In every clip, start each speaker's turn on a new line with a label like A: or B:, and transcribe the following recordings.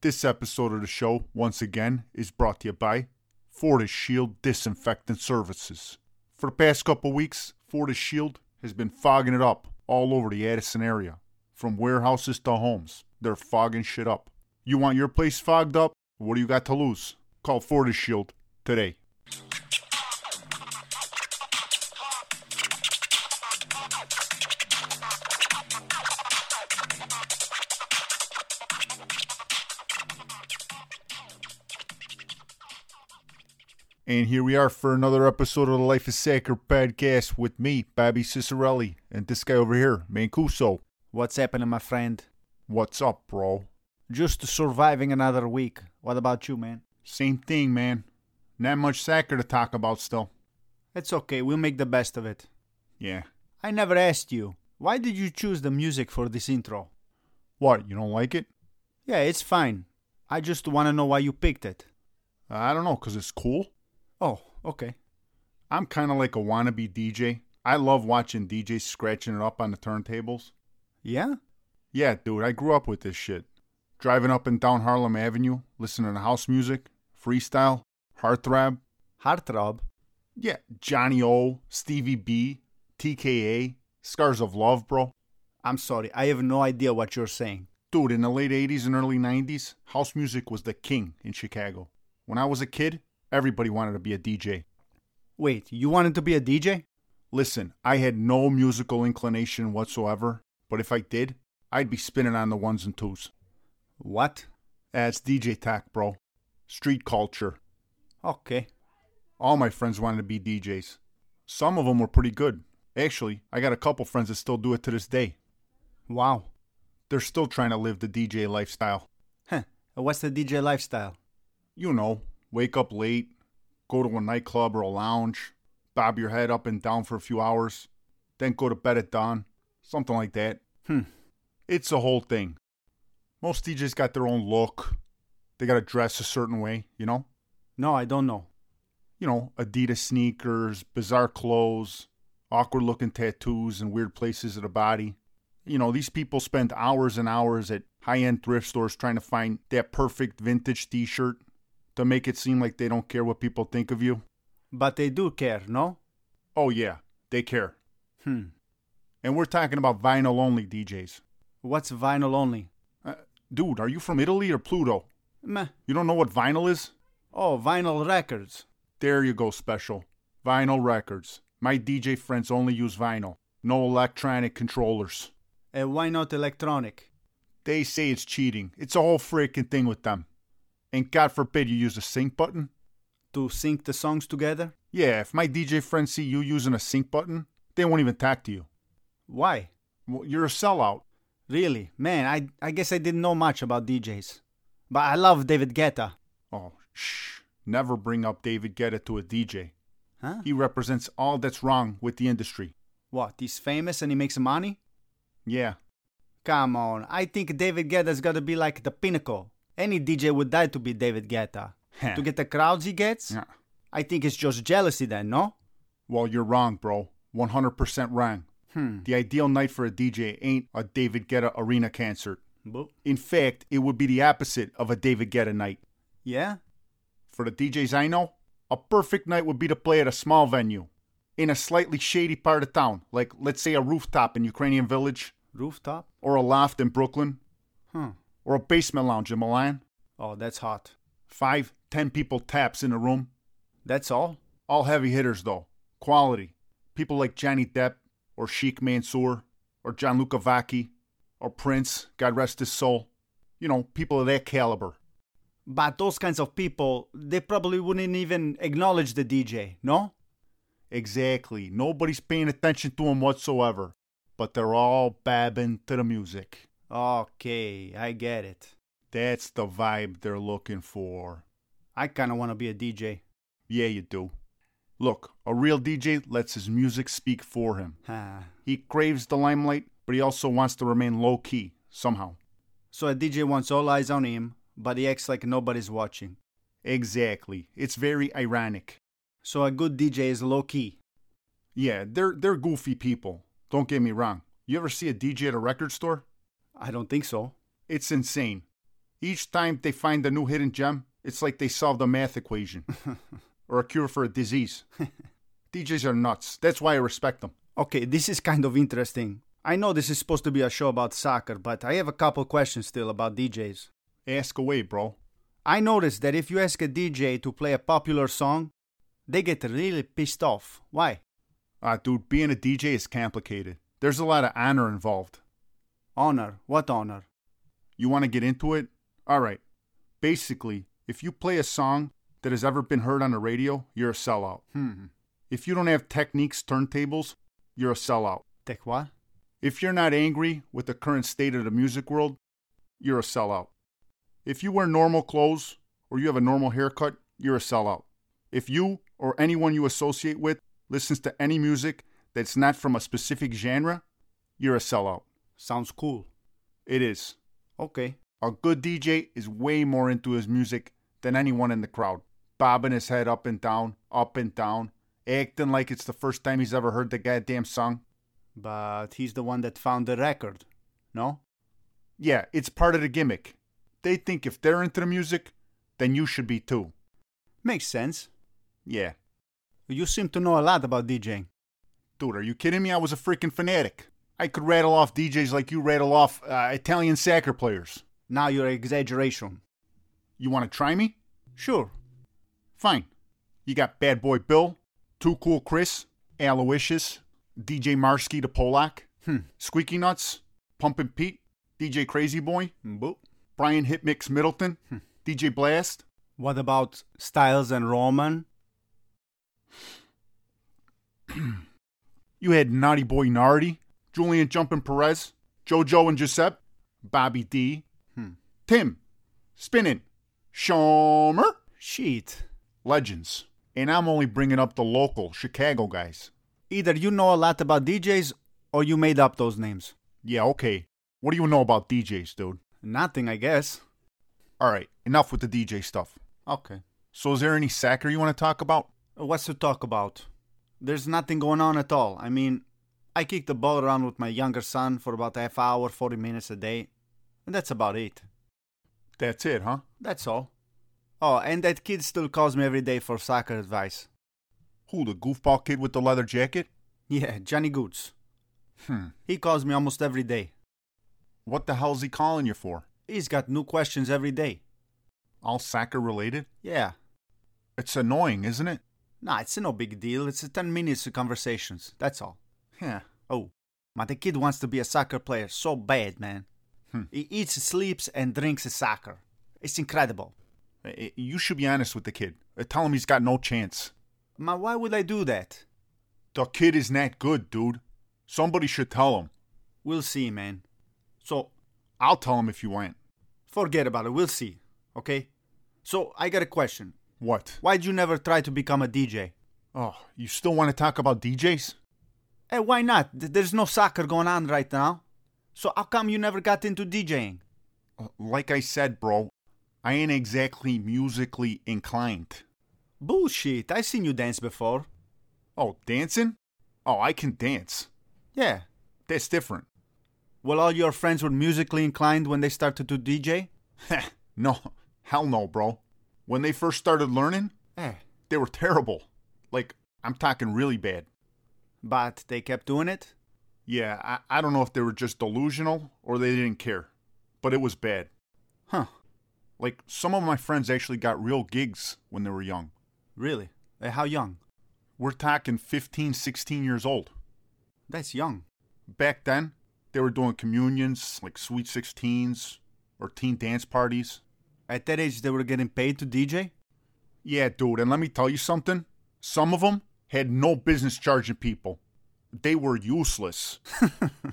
A: This episode of the show, once again, is brought to you by Fortis Shield Disinfectant Services. For the past couple weeks, Fortis Shield has been fogging it up all over the Addison area, from warehouses to homes. They're fogging shit up. You want your place fogged up? What do you got to lose? Call Fortis Shield today. And here we are for another episode of the Life is Sacred podcast with me, Bobby Cicerelli, and this guy over here, Mancuso.
B: What's happening, my friend?
A: What's up, bro?
B: Just surviving another week. What about you, man?
A: Same thing, man. Not much soccer to talk about still.
B: It's okay, we'll make the best of it.
A: Yeah.
B: I never asked you, why did you choose the music for this intro?
A: What, you don't like it?
B: Yeah, it's fine. I just want to know why you picked it.
A: I don't know, 'cause it's cool.
B: Oh, okay.
A: I'm kind of like a wannabe DJ. I love watching DJs scratching it up on the turntables.
B: Yeah?
A: Yeah, dude, I grew up with this shit. Driving up and down Harlem Avenue, listening to house music, freestyle, heartthrob,
B: Heartthrob?
A: Yeah, Johnny O, Stevie B, TKA, Scars of Love, bro.
B: I'm sorry, I have no idea what you're saying.
A: Dude, in the late 80s and early 90s, house music was the king in Chicago. When I was a kid, everybody wanted to be a DJ.
B: Wait, you wanted to be a DJ?
A: Listen, I had no musical inclination whatsoever, but if I did, I'd be spinning on the ones and twos.
B: What?
A: That's DJ talk, bro. Street culture.
B: Okay.
A: All my friends wanted to be DJs. Some of them were pretty good. Actually, I got a couple friends that still do it to this day.
B: Wow.
A: They're still trying to live the DJ lifestyle.
B: Huh. What's the DJ lifestyle?
A: you know, wake up late, go to a nightclub or a lounge, bob your head up and down for a few hours, then go to bed at dawn, something like that.
B: Hmm.
A: It's a whole thing. Most DJs got their own look. They got to dress a certain way, you know?
B: No, I don't know.
A: You know, Adidas sneakers, bizarre clothes, awkward looking tattoos in weird places of the body. You know, these people spend hours and hours at high end thrift stores trying to find that perfect vintage t shirt to make it seem like they don't care what people think of you.
B: But they do care, no?
A: Oh, yeah, they care.
B: Hmm.
A: And we're talking about vinyl only DJs.
B: What's vinyl only?
A: Uh, dude, are you from Italy or Pluto?
B: Meh.
A: You don't know what vinyl is?
B: Oh, vinyl records.
A: There you go, special. Vinyl records. My DJ friends only use vinyl, no electronic controllers.
B: And why not electronic?
A: They say it's cheating. It's a whole freaking thing with them. And God forbid you use a sync button?
B: To sync the songs together?
A: Yeah, if my DJ friends see you using a sync button, they won't even talk to you.
B: Why?
A: Well, you're a sellout.
B: Really? Man, I, I guess I didn't know much about DJs. But I love David Guetta.
A: Oh, shh. Never bring up David Guetta to a DJ.
B: Huh?
A: He represents all that's wrong with the industry.
B: What? He's famous and he makes money?
A: Yeah,
B: Come on, I think David Guetta's gotta be like the pinnacle. Any DJ would die to be David Guetta.
A: Heh.
B: to get the crowds he gets?
A: Yeah.
B: I think it's just jealousy then, no?
A: Well, you're wrong, bro. 100% wrong.
B: Hmm.
A: The ideal night for a DJ ain't a David Guetta arena concert.
B: Bo-
A: In fact, it would be the opposite of a David Guetta night.
B: yeah?
A: For the DJs I know, a perfect night would be to play at a small venue in a slightly shady part of town, like let's say a rooftop in Ukrainian Village,
B: Rooftop?
A: or a loft in Brooklyn,
B: Huh.
A: or a basement lounge in Milan.
B: Oh, that's hot.
A: Five, ten people taps in a room.
B: That's all?
A: All heavy hitters, though. Quality. People like Johnny Depp, or Sheik Mansour, or John Vacchi, or Prince, God rest his soul. You know, people of that caliber.
B: But those kinds of people, they probably wouldn't even acknowledge the DJ, no?
A: Exactly. Nobody's paying attention to them whatsoever. But they're all babbing to the music.
B: Okay, I get it.
A: That's the vibe they're looking for.
B: I kind of want to be a DJ.
A: Yeah, you do. Look, a real DJ lets his music speak for him.
B: Ah.
A: He craves the limelight, but he also wants to remain low key, somehow.
B: So a DJ wants all eyes on him, but he acts like nobody's watching.
A: Exactly. It's very ironic.
B: So a good DJ is low key.
A: Yeah, they're they're goofy people. Don't get me wrong. You ever see a DJ at a record store?
B: I don't think so.
A: It's insane. Each time they find a new hidden gem, it's like they solved a math equation or a cure for a disease. DJs are nuts. That's why I respect them.
B: Okay, this is kind of interesting. I know this is supposed to be a show about soccer, but I have a couple questions still about DJs.
A: Ask away, bro.
B: I noticed that if you ask a DJ to play a popular song, they get really pissed off. Why?
A: Ah, dude, being a DJ is complicated. There's a lot of honor involved.
B: Honor. What honor?
A: You want to get into it? All right. Basically, if you play a song that has ever been heard on the radio, you're a sellout.
B: Hmm.
A: If you don't have techniques, turntables, you're a sellout.
B: Take what?
A: If you're not angry with the current state of the music world, you're a sellout. If you wear normal clothes or you have a normal haircut, you're a sellout. If you or anyone you associate with listens to any music that's not from a specific genre, you're a sellout.
B: Sounds cool.
A: It is.
B: Okay.
A: A good DJ is way more into his music than anyone in the crowd, bobbing his head up and down, up and down, acting like it's the first time he's ever heard the goddamn song.
B: But he's the one that found the record, no?
A: Yeah, it's part of the gimmick. They think if they're into the music, then you should be too.
B: Makes sense.
A: Yeah.
B: You seem to know a lot about DJing.
A: Dude, are you kidding me? I was a freaking fanatic. I could rattle off DJs like you rattle off uh, Italian soccer players.
B: Now you're exaggeration.
A: You want to try me?
B: Sure.
A: Fine. You got Bad Boy Bill, Too Cool Chris, Aloysius, DJ Marski the Polak,
B: Hmm.
A: Squeaky Nuts, Pumpin' Pete, DJ Crazy Boy,
B: Boop.
A: Brian Hitmix Middleton, DJ Blast.
B: What about Styles and Roman?
A: You had Naughty Boy Nardi, Julian Jumpin' Perez, JoJo and Giuseppe, Bobby D,
B: Hmm.
A: Tim, Spinnin', Shomer,
B: Shit.
A: Legends. And I'm only bringing up the local Chicago guys.
B: Either you know a lot about DJs or you made up those names.
A: Yeah, okay. What do you know about DJs, dude?
B: Nothing, I guess.
A: All right, enough with the DJ stuff.
B: Okay.
A: So, is there any soccer you want to talk about?
B: What's to talk about? There's nothing going on at all. I mean, I kick the ball around with my younger son for about half hour, 40 minutes a day. And that's about it.
A: That's it, huh?
B: That's all. Oh, and that kid still calls me every day for soccer advice.
A: Who, the goofball kid with the leather jacket?
B: Yeah, Johnny Goods.
A: Hmm.
B: He calls me almost every day.
A: What the hell's he calling you for?
B: He's got new questions every day.
A: All soccer related?
B: Yeah.
A: It's annoying, isn't it?
B: Nah, it's no big deal. It's a 10 minutes of conversations. That's all.
A: Yeah.
B: Oh, but the kid wants to be a soccer player so bad, man.
A: Hmm.
B: He eats, sleeps, and drinks soccer. It's incredible.
A: I- You should be honest with the kid. Uh, Tell him he's got no chance.
B: Ma, why would I do that?
A: The kid is not good, dude. Somebody should tell him.
B: We'll see, man. So,
A: I'll tell him if you want.
B: forget about it. We'll see. Okay? So, I got a question.
A: What?
B: Why'd you never try to become a DJ?
A: Oh, you still want to talk about DJs?
B: Hey, Eh, why not? Th- There's no soccer going on right now. So, how come you never got into DJing?
A: Uh, Like I said, bro, I ain't exactly musically inclined.
B: Bullshit. i seen you dance before.
A: Oh, dancing? Oh, I can dance.
B: Yeah.
A: That's different.
B: Well, all your friends were musically inclined when they started to DJ?
A: Heh, no, hell no, bro. When they first started learning,
B: Eh.
A: they were terrible. Like, I'm talking really bad.
B: But they kept doing it?
A: Yeah, I, I don't know if they were just delusional or they didn't care, but it was bad.
B: Huh.
A: Like, some of my friends actually got real gigs when they were young.
B: Really? Uh, how young?
A: We're talking 15, 16 years old.
B: That's young.
A: Back then, they were doing communions, like sweet 16s or teen dance parties.
B: At that age, they were getting paid to DJ?
A: Yeah, dude, and let me tell you something. Some of them had no business charging people. They were useless.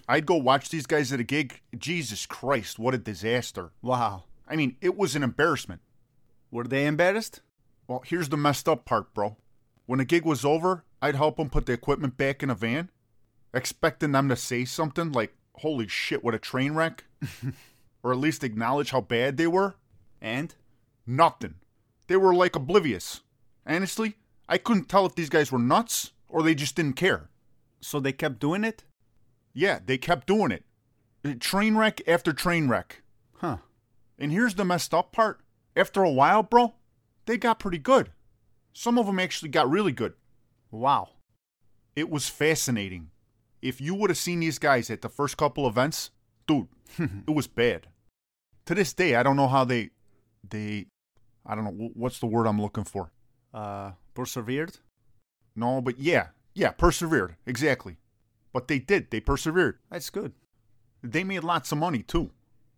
A: I'd go watch these guys at a gig. Jesus Christ, what a disaster.
B: Wow.
A: I mean, it was an embarrassment.
B: Were they embarrassed?
A: Well, here's the messed up part, bro. When the gig was over, I'd help them put the equipment back in a van, expecting them to say something like, holy shit, what a train wreck, or at least acknowledge how bad they were.
B: And?
A: Nothing. They were like oblivious. Honestly, I couldn't tell if these guys were nuts or they just didn't care.
B: So they kept doing it?
A: Yeah, they kept doing it. Uh, Train wreck after train wreck.
B: Huh.
A: And here's the messed up part. After a while, bro, they got pretty good. Some of them actually got really good.
B: Wow.
A: It was fascinating. If you would have seen these guys at the first couple events, dude, it was bad. To this day, I don't know how they, they, I don't know wh- what's the word I'm looking for.
B: Uh, persevered?
A: No, but yeah, yeah, persevered exactly. But they did. They persevered.
B: That's good.
A: They made lots of money too.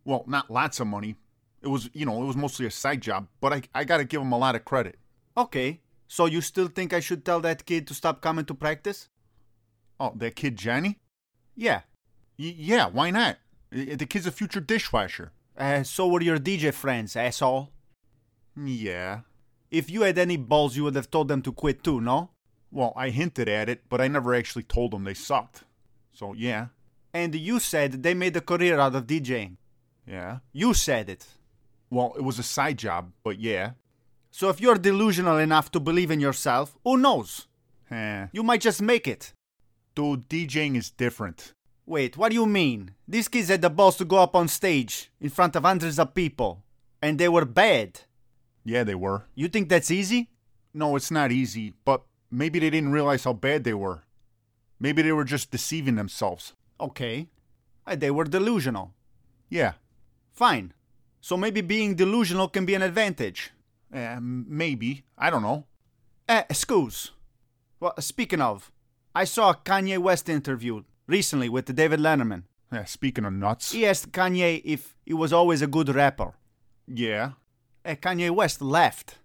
A: Well, not lots of money. It was, you know, it was mostly a side job. But I, I got to give them a lot of credit.
B: Okay. So you still think I should tell that kid to stop coming to practice?
A: Oh, that kid Johnny?
B: Yeah.
A: Y- yeah, why not? I- The kid's a future dishwasher.
B: Uh, so were your DJ friends, asshole.
A: Yeah.
B: If you had any balls, you would have told them to quit too, no?
A: Well, I hinted at it, but I never actually told them they sucked. So, yeah.
B: And you said they made a career out of DJing.
A: Yeah.
B: You said it.
A: Well, it was a side job, but yeah.
B: So if you're delusional enough to believe in yourself, who knows?
A: Eh.
B: You might just make it.
A: Dude, DJing is different.
B: Wait, what do you mean? These kids had the balls to go up on stage in front of hundreds of people. And they were bad.
A: Yeah, they were.
B: You think that's easy?
A: No, it's not easy, but maybe they didn't realize how bad they were. Maybe they were just deceiving themselves.
B: Okay. Uh, They were delusional.
A: Yeah.
B: Fine. So maybe being delusional can be an advantage.
A: Eh, m- maybe. I don't know.
B: Eh, excuse. Well, speaking of, I saw a Kanye West interview recently with David Letterman.
A: Eh, speaking of nuts.
B: He asked Kanye if he was always a good rapper.
A: Yeah.
B: Eh, Kanye West laughed.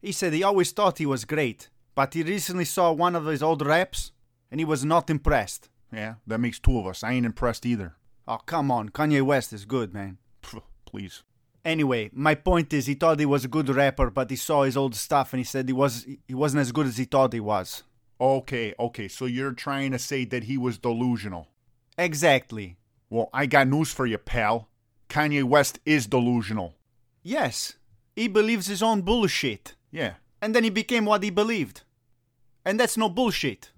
B: He said he always thought he was great, but he recently saw one of his old raps and he was not impressed.
A: Yeah, that makes two of us. I ain't impressed either.
B: Oh, come on, Kanye West is good, man.
A: Pff, please.
B: Anyway, my point is he thought he was a good rapper, but he saw his old stuff and he said he was he wasn't as good as he thought he was.
A: Okay, okay. So you're trying to say that he was delusional.
B: Exactly.
A: Well, I got news for you, pal. Kanye West is delusional.
B: Yes, he believes his own bullshit.
A: Yeah.
B: And then he became what he believed. And that's no bullshit.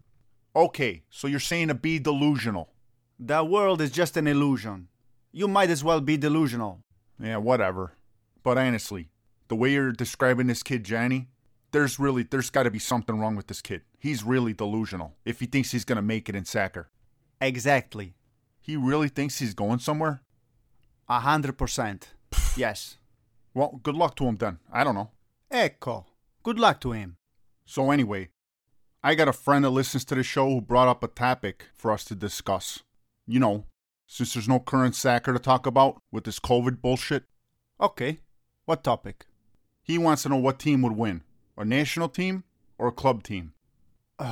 A: Okay, so you're saying to be delusional.
B: The world is just an illusion. You might as well be delusional.
A: Yeah, whatever. But honestly, the way you're describing this kid, Johnny, there's really there's got to be something wrong with this kid. He's really delusional if he thinks he's gonna make it in soccer.
B: Exactly.
A: He really thinks he's going somewhere.
B: A hundred percent. Yes.
A: Well, good luck to him then. I don't know.
B: Ecco. Good luck to him.
A: So anyway, I got a friend that listens to the show who brought up a topic for us to discuss. You know, since there's no current soccer to talk about with this COVID bullshit,
B: Okay. What topic?
A: he wants to know what team would win: a national team or a club team.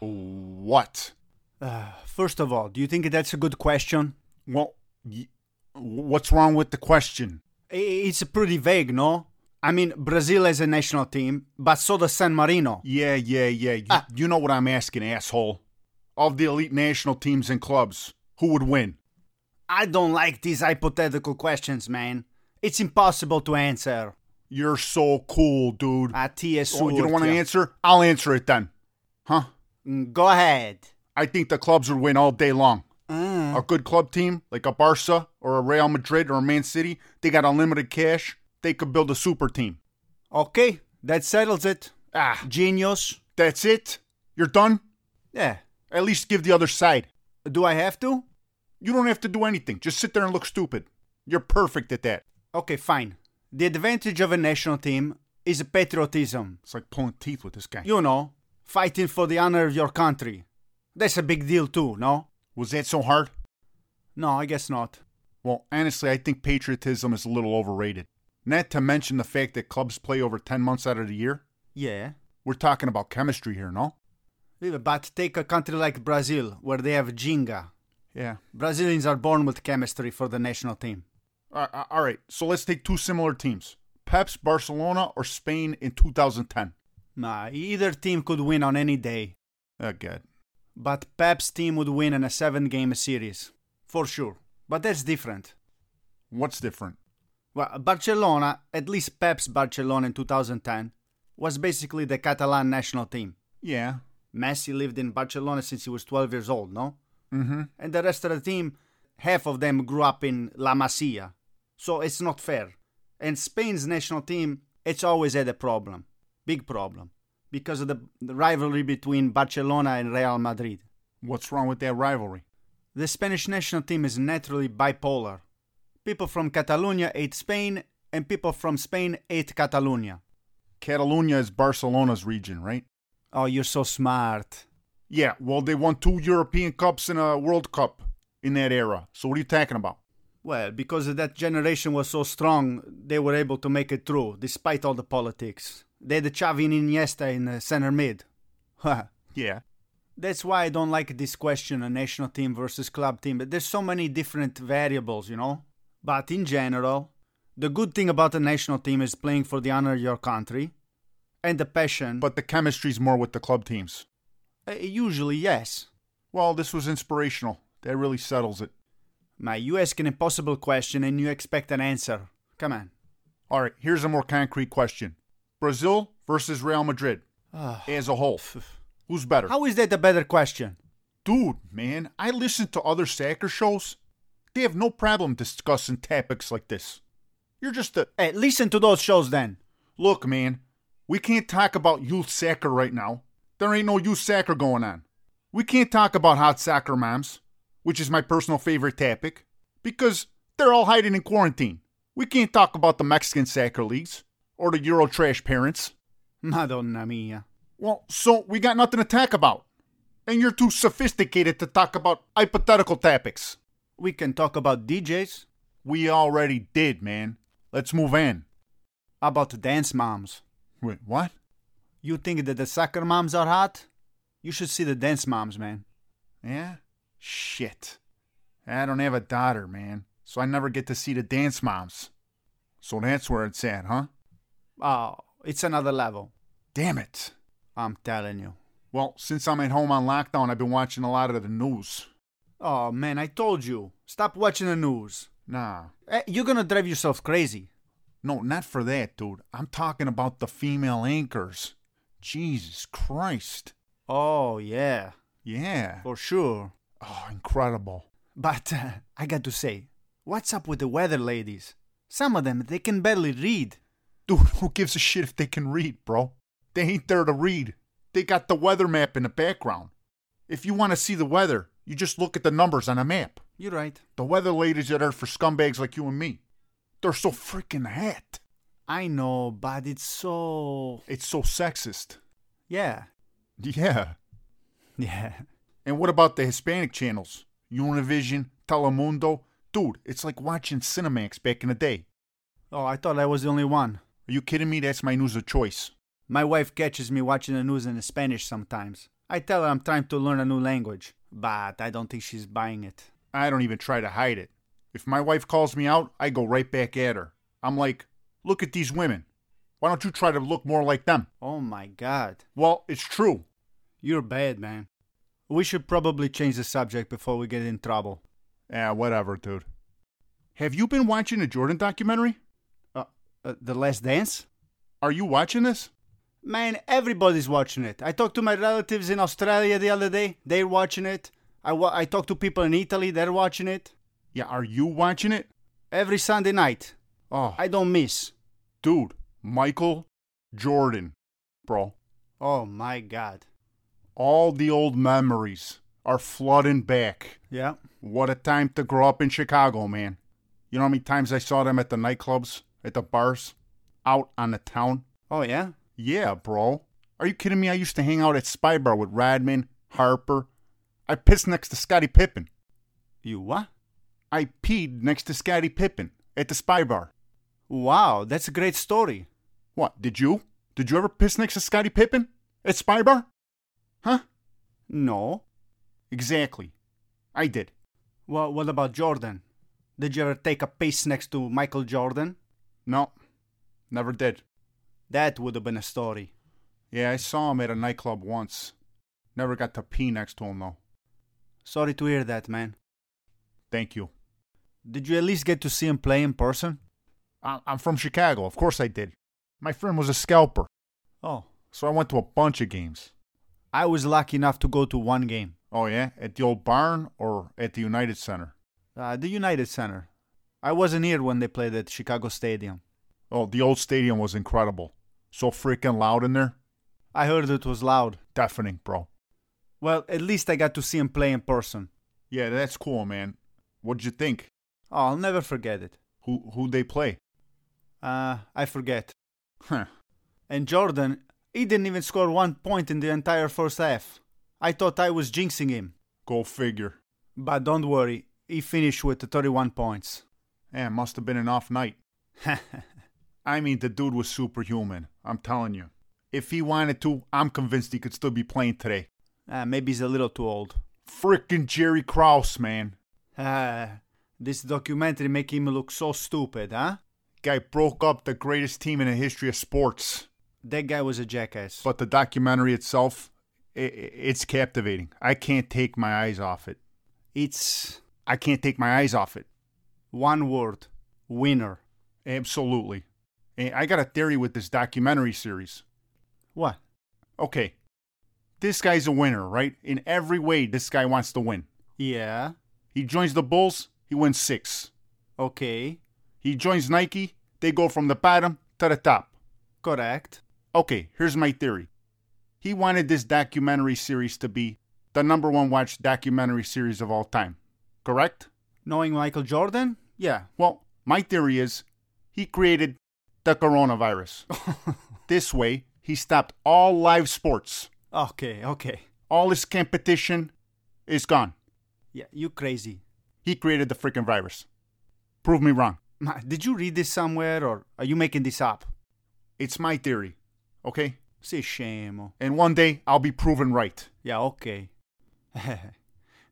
A: what?
B: Uh, first of all, do you think that's a good question?
A: Well, y- what's wrong with the question?
B: I- It's pretty vague, no? I mean, Brazil has a national team, but so does San Marino.
A: Yeah, yeah, yeah. You,
B: Ah.
A: you know what I'm asking, asshole. Of the elite national teams and clubs, who would win?
B: I don't like these hypothetical questions, man. It's impossible to answer.
A: You're so cool, dude.
B: A TSU.
A: Oh, you don't want to
B: Urtia.
A: answer? I'll answer it then. Huh?
B: Mm, Go ahead.
A: I think the clubs would win all day long.
B: Ah. Mm.
A: A good club team, like a Barca or a Real Madrid or a Man City, they got unlimited cash. They could build a super team.
B: Okay, that settles it.
A: Ah,
B: Genius.
A: that's it? You're done?
B: Yeah.
A: At least give the other side.
B: Do I have to?
A: You don't have to do anything. Just sit there and look stupid. You're perfect at that.
B: Okay, fine. The advantage of a national team is patriotism.
A: It's like pulling teeth with this guy.
B: You know, fighting for the honor of your country. That's a big deal, too, no?
A: Was that so hard?
B: No, I guess not.
A: Well, honestly, I think patriotism is a little overrated. Not to mention the fact that clubs play over 10 months out of the year.
B: Yeah.
A: We're talking about chemistry here, no?
B: Yeah, But take a country like Brazil, where they have Jinga.
A: Yeah.
B: Brazilians are born with chemistry for the national team.
A: All right, all right. So let's take two similar teams Pep's Barcelona or Spain in 2010.
B: Nah, either team could win on any day,
A: Oh, God.
B: but Pep's team would win in a seven game series. For sure. But that's different.
A: What's different?
B: Well, Barcelona, at least Pep's Barcelona in 2010, was basically the Catalan national team.
A: Yeah.
B: Messi lived in Barcelona since he was 12 years old, no?
A: Mm hmm.
B: And the rest of the team, half of them grew up in La Masia, So it's not fair. And Spain's national team, it's always had a problem, big problem, because of the, the rivalry between Barcelona and Real Madrid.
A: What's wrong with that rivalry?
B: The Spanish national team is naturally bipolar. People from Catalonia hate Spain, and people from Spain hate Catalonia.
A: Catalonia is Barcelona's region, right?
B: Oh, you're so smart.
A: Yeah, well, they won two European Cups and a World Cup in that era. So what are you talking about?
B: Well, because that generation was so strong, they were able to make it through, despite all the politics. They had Xavi and Iniesta in the center mid. Ha.
A: Yeah.
B: That's why I don't like this question a national team versus club team. But there's so many different variables, you know? But in general, the good thing about a national team is playing for the honor of your country and the passion.
A: But the chemistry's more with the club teams.
B: Uh, usually, yes.
A: Well, this was inspirational. That really settles it.
B: My, you ask an impossible question and you expect an answer. Come on.
A: All right, here's a more concrete question Brazil versus Real Madrid as a whole. Who's better?
B: How is that a better question?
A: Dude, man, I listen to other soccer shows. They have no problem discussing topics like this. You're just a.
B: Hey, Eh, listen to those shows then.
A: Look, man, we can't talk about youth soccer right now. There ain't no youth soccer going on. We can't talk about hot soccer moms, which is my personal favorite topic, because they're all hiding in quarantine. We can't talk about the Mexican soccer leagues or the Euro trash parents.
B: Madonna mia.
A: Well, so we got nothing to talk about. And you're too sophisticated to talk about hypothetical topics.
B: We can talk about DJs,
A: We already did, man. Let's move on.
B: about dance moms.
A: Wait, what?
B: You think that the soccer moms are hot? You should see the dance moms, man.
A: Yeah? Shit. I don't have a daughter, man, so I never get to see the dance moms. So that's where it's at, huh?
B: Oh, it's another level.
A: Damn it.
B: I'm telling you.
A: Well, since I'm at home on lockdown, I've been watching a lot of the news.
B: Oh, man, I told you. Stop watching the news.
A: Nah.
B: Eh, You're gonna drive yourself crazy.
A: No, not for that, dude. I'm talking about the female anchors. Jesus Christ.
B: Oh, yeah,
A: Yeah.
B: for sure.
A: Oh, incredible.
B: But uh, I got to say, what's up with the weather ladies? Some of them, they can barely read.
A: Dude, who gives a shit if they can read, bro? They ain't there to read. They got the weather map in the background. If you want to see the weather, you just look at the numbers on a map.
B: You're right.
A: The weather ladies are there for scumbags like you and me. They're so freaking hot.
B: I know, but it's so.
A: It's so sexist.
B: Yeah.
A: Yeah.
B: Yeah.
A: And what about the Hispanic channels? Univision, Telemundo? Dude, it's like watching Cinemax back in the day.
B: Oh, I thought I was the only one.
A: Are you kidding me? That's my news of choice.
B: My wife catches me watching the news in Spanish sometimes. I tell her I'm trying to learn a new language, but I don't think she's buying it.
A: I don't even try to hide it. If my wife calls me out, I go right back at her. I'm like, look at these women. Why don't you try to look more like them?
B: Oh my god.
A: Well, it's true.
B: You're bad, man. We should probably change the subject before we get in trouble.
A: Yeah, Ah, whatever, dude. Have you been watching the Jordan documentary?
B: Uh, uh, the Last Dance?
A: Are you watching this?
B: Man, everybody's watching it. I talked to my relatives in Australia the other day. They're watching it. I, wa- I talked to people in Italy. They're watching it.
A: Yeah, are you watching it?
B: Every Sunday night.
A: Oh,
B: I don't miss.
A: dude, Michael Jordan, bro.
B: Oh my god.
A: All the old memories are flooding back.
B: Yeah.
A: What a time to grow up in Chicago, man. You know how many times I saw them at the nightclubs, at the bars, out on the town?
B: Oh yeah?
A: Yeah, bro. Are you kidding me? I used to hang out at Spy Bar with Radman, Harper. I pissed next to Scottie Pippen.
B: You what?
A: I peed next to Scottie Pippen at the Spy Bar.
B: Wow, that's a great story.
A: What, did you? Did you ever piss next to Scottie Pippen at Spy Bar? Huh?
B: No.
A: Exactly. I did.
B: Well, what about Jordan? Did you ever take a piss next to Michael Jordan?
A: No, never did.
B: That would have been a story.
A: Yeah, I saw him at a nightclub once. Never got to pee next to him, though.
B: Sorry to hear that, man.
A: Thank you.
B: Did you at least get to see him play in person?
A: I- I'm from Chicago. Of course I did. My friend was a scalper,
B: Oh,
A: so I went to a bunch of games.
B: I was lucky enough to go to one game.
A: Oh, yeah? At the old barn or at the United Center?
B: Uh, the United Center. I wasn't here when they played at Chicago Stadium.
A: Oh, the old stadium was incredible. So freaking loud in there.
B: I heard it was loud.
A: Deafening, bro.
B: Well, at least I got to see him play in person.
A: Yeah, that's cool, man. What'd you think?
B: Oh, I'll never forget it.
A: Who who'd they play?
B: Uh, I forget.
A: Huh.
B: And Jordan, he didn't even score one point in the entire first half. I thought I was jinxing him.
A: Go figure.
B: But don't worry, he finished with 31 points.
A: Man, must have Eh, been an off night. I mean, the dude was superhuman. I'm telling you. If he wanted to, I'm convinced he could still be playing today.
B: Uh, maybe he's a little too old.
A: Frickin' Jerry Krause, man.
B: Ah, this documentary make him look so stupid, huh?
A: Guy broke up the greatest team in the history of sports.
B: That guy was a jackass.
A: But eh, the documentary itself, i i- it's captivating. I can't take my eyes off it.
B: it's
A: I can't take my eyes off it.
B: one word, winner.
A: Absolutely. And I got a theory with this documentary series.
B: What?
A: Okay. This guy's a winner, right? In every way, this guy wants to win.
B: Yeah.
A: He joins the Bulls, he wins six.
B: Okay.
A: He joins Nike, they go from the bottom to the top.
B: Correct.
A: Okay, here's my theory. He wanted this documentary series to be the number one watched documentary series of all time, correct?
B: Knowing Michael Jordan? Yeah.
A: Well, my theory is he created the coronavirus. this way, he stopped all live sports.
B: Okay, okay.
A: All his competition is gone.
B: Yeah, you crazy.
A: He created the freaking virus. Prove me wrong.
B: Ma, Did you read this somewhere or are you making this up?
A: It's my theory, okay?
B: Sei scemo.
A: And one day I'll be proven right.
B: Oh, Yeah, okay.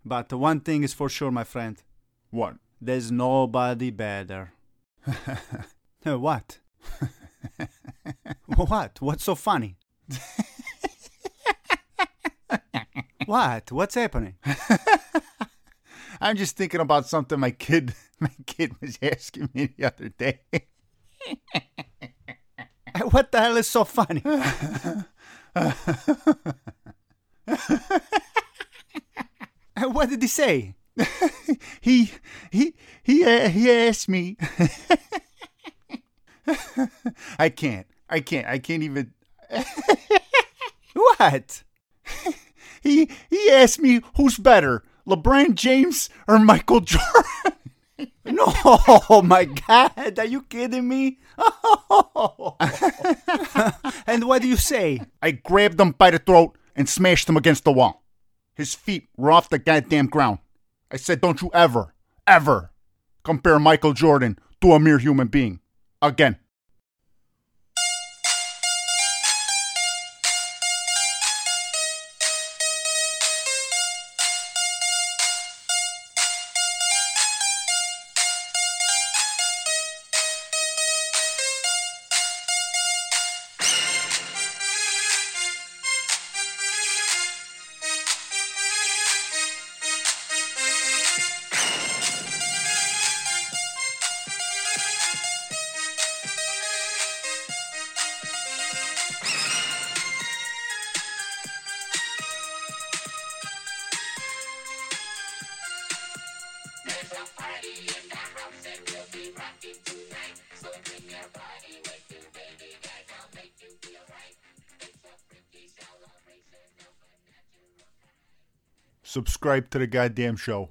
B: but one thing is for sure, my friend.
A: What?
B: There's nobody better. Uh, what? what? What's so funny? what? What's happening?
A: I'm just thinking about something my kid my kid was asking me the other day.
B: What the hell is so funny? what did he say?
A: He he he uh, he asked me. I can't. I can't. I can't even.
B: What?
A: He he asked me who's better, LeBron James or Michael Jordan.
B: No, oh my God, are you kidding me? and what do you say?
A: I grabbed him by the throat and smashed him against the wall. His feet were off the goddamn ground. I said, Don't you ever, ever compare Michael Jordan to a mere human being. Again. Subscribe to the goddamn show.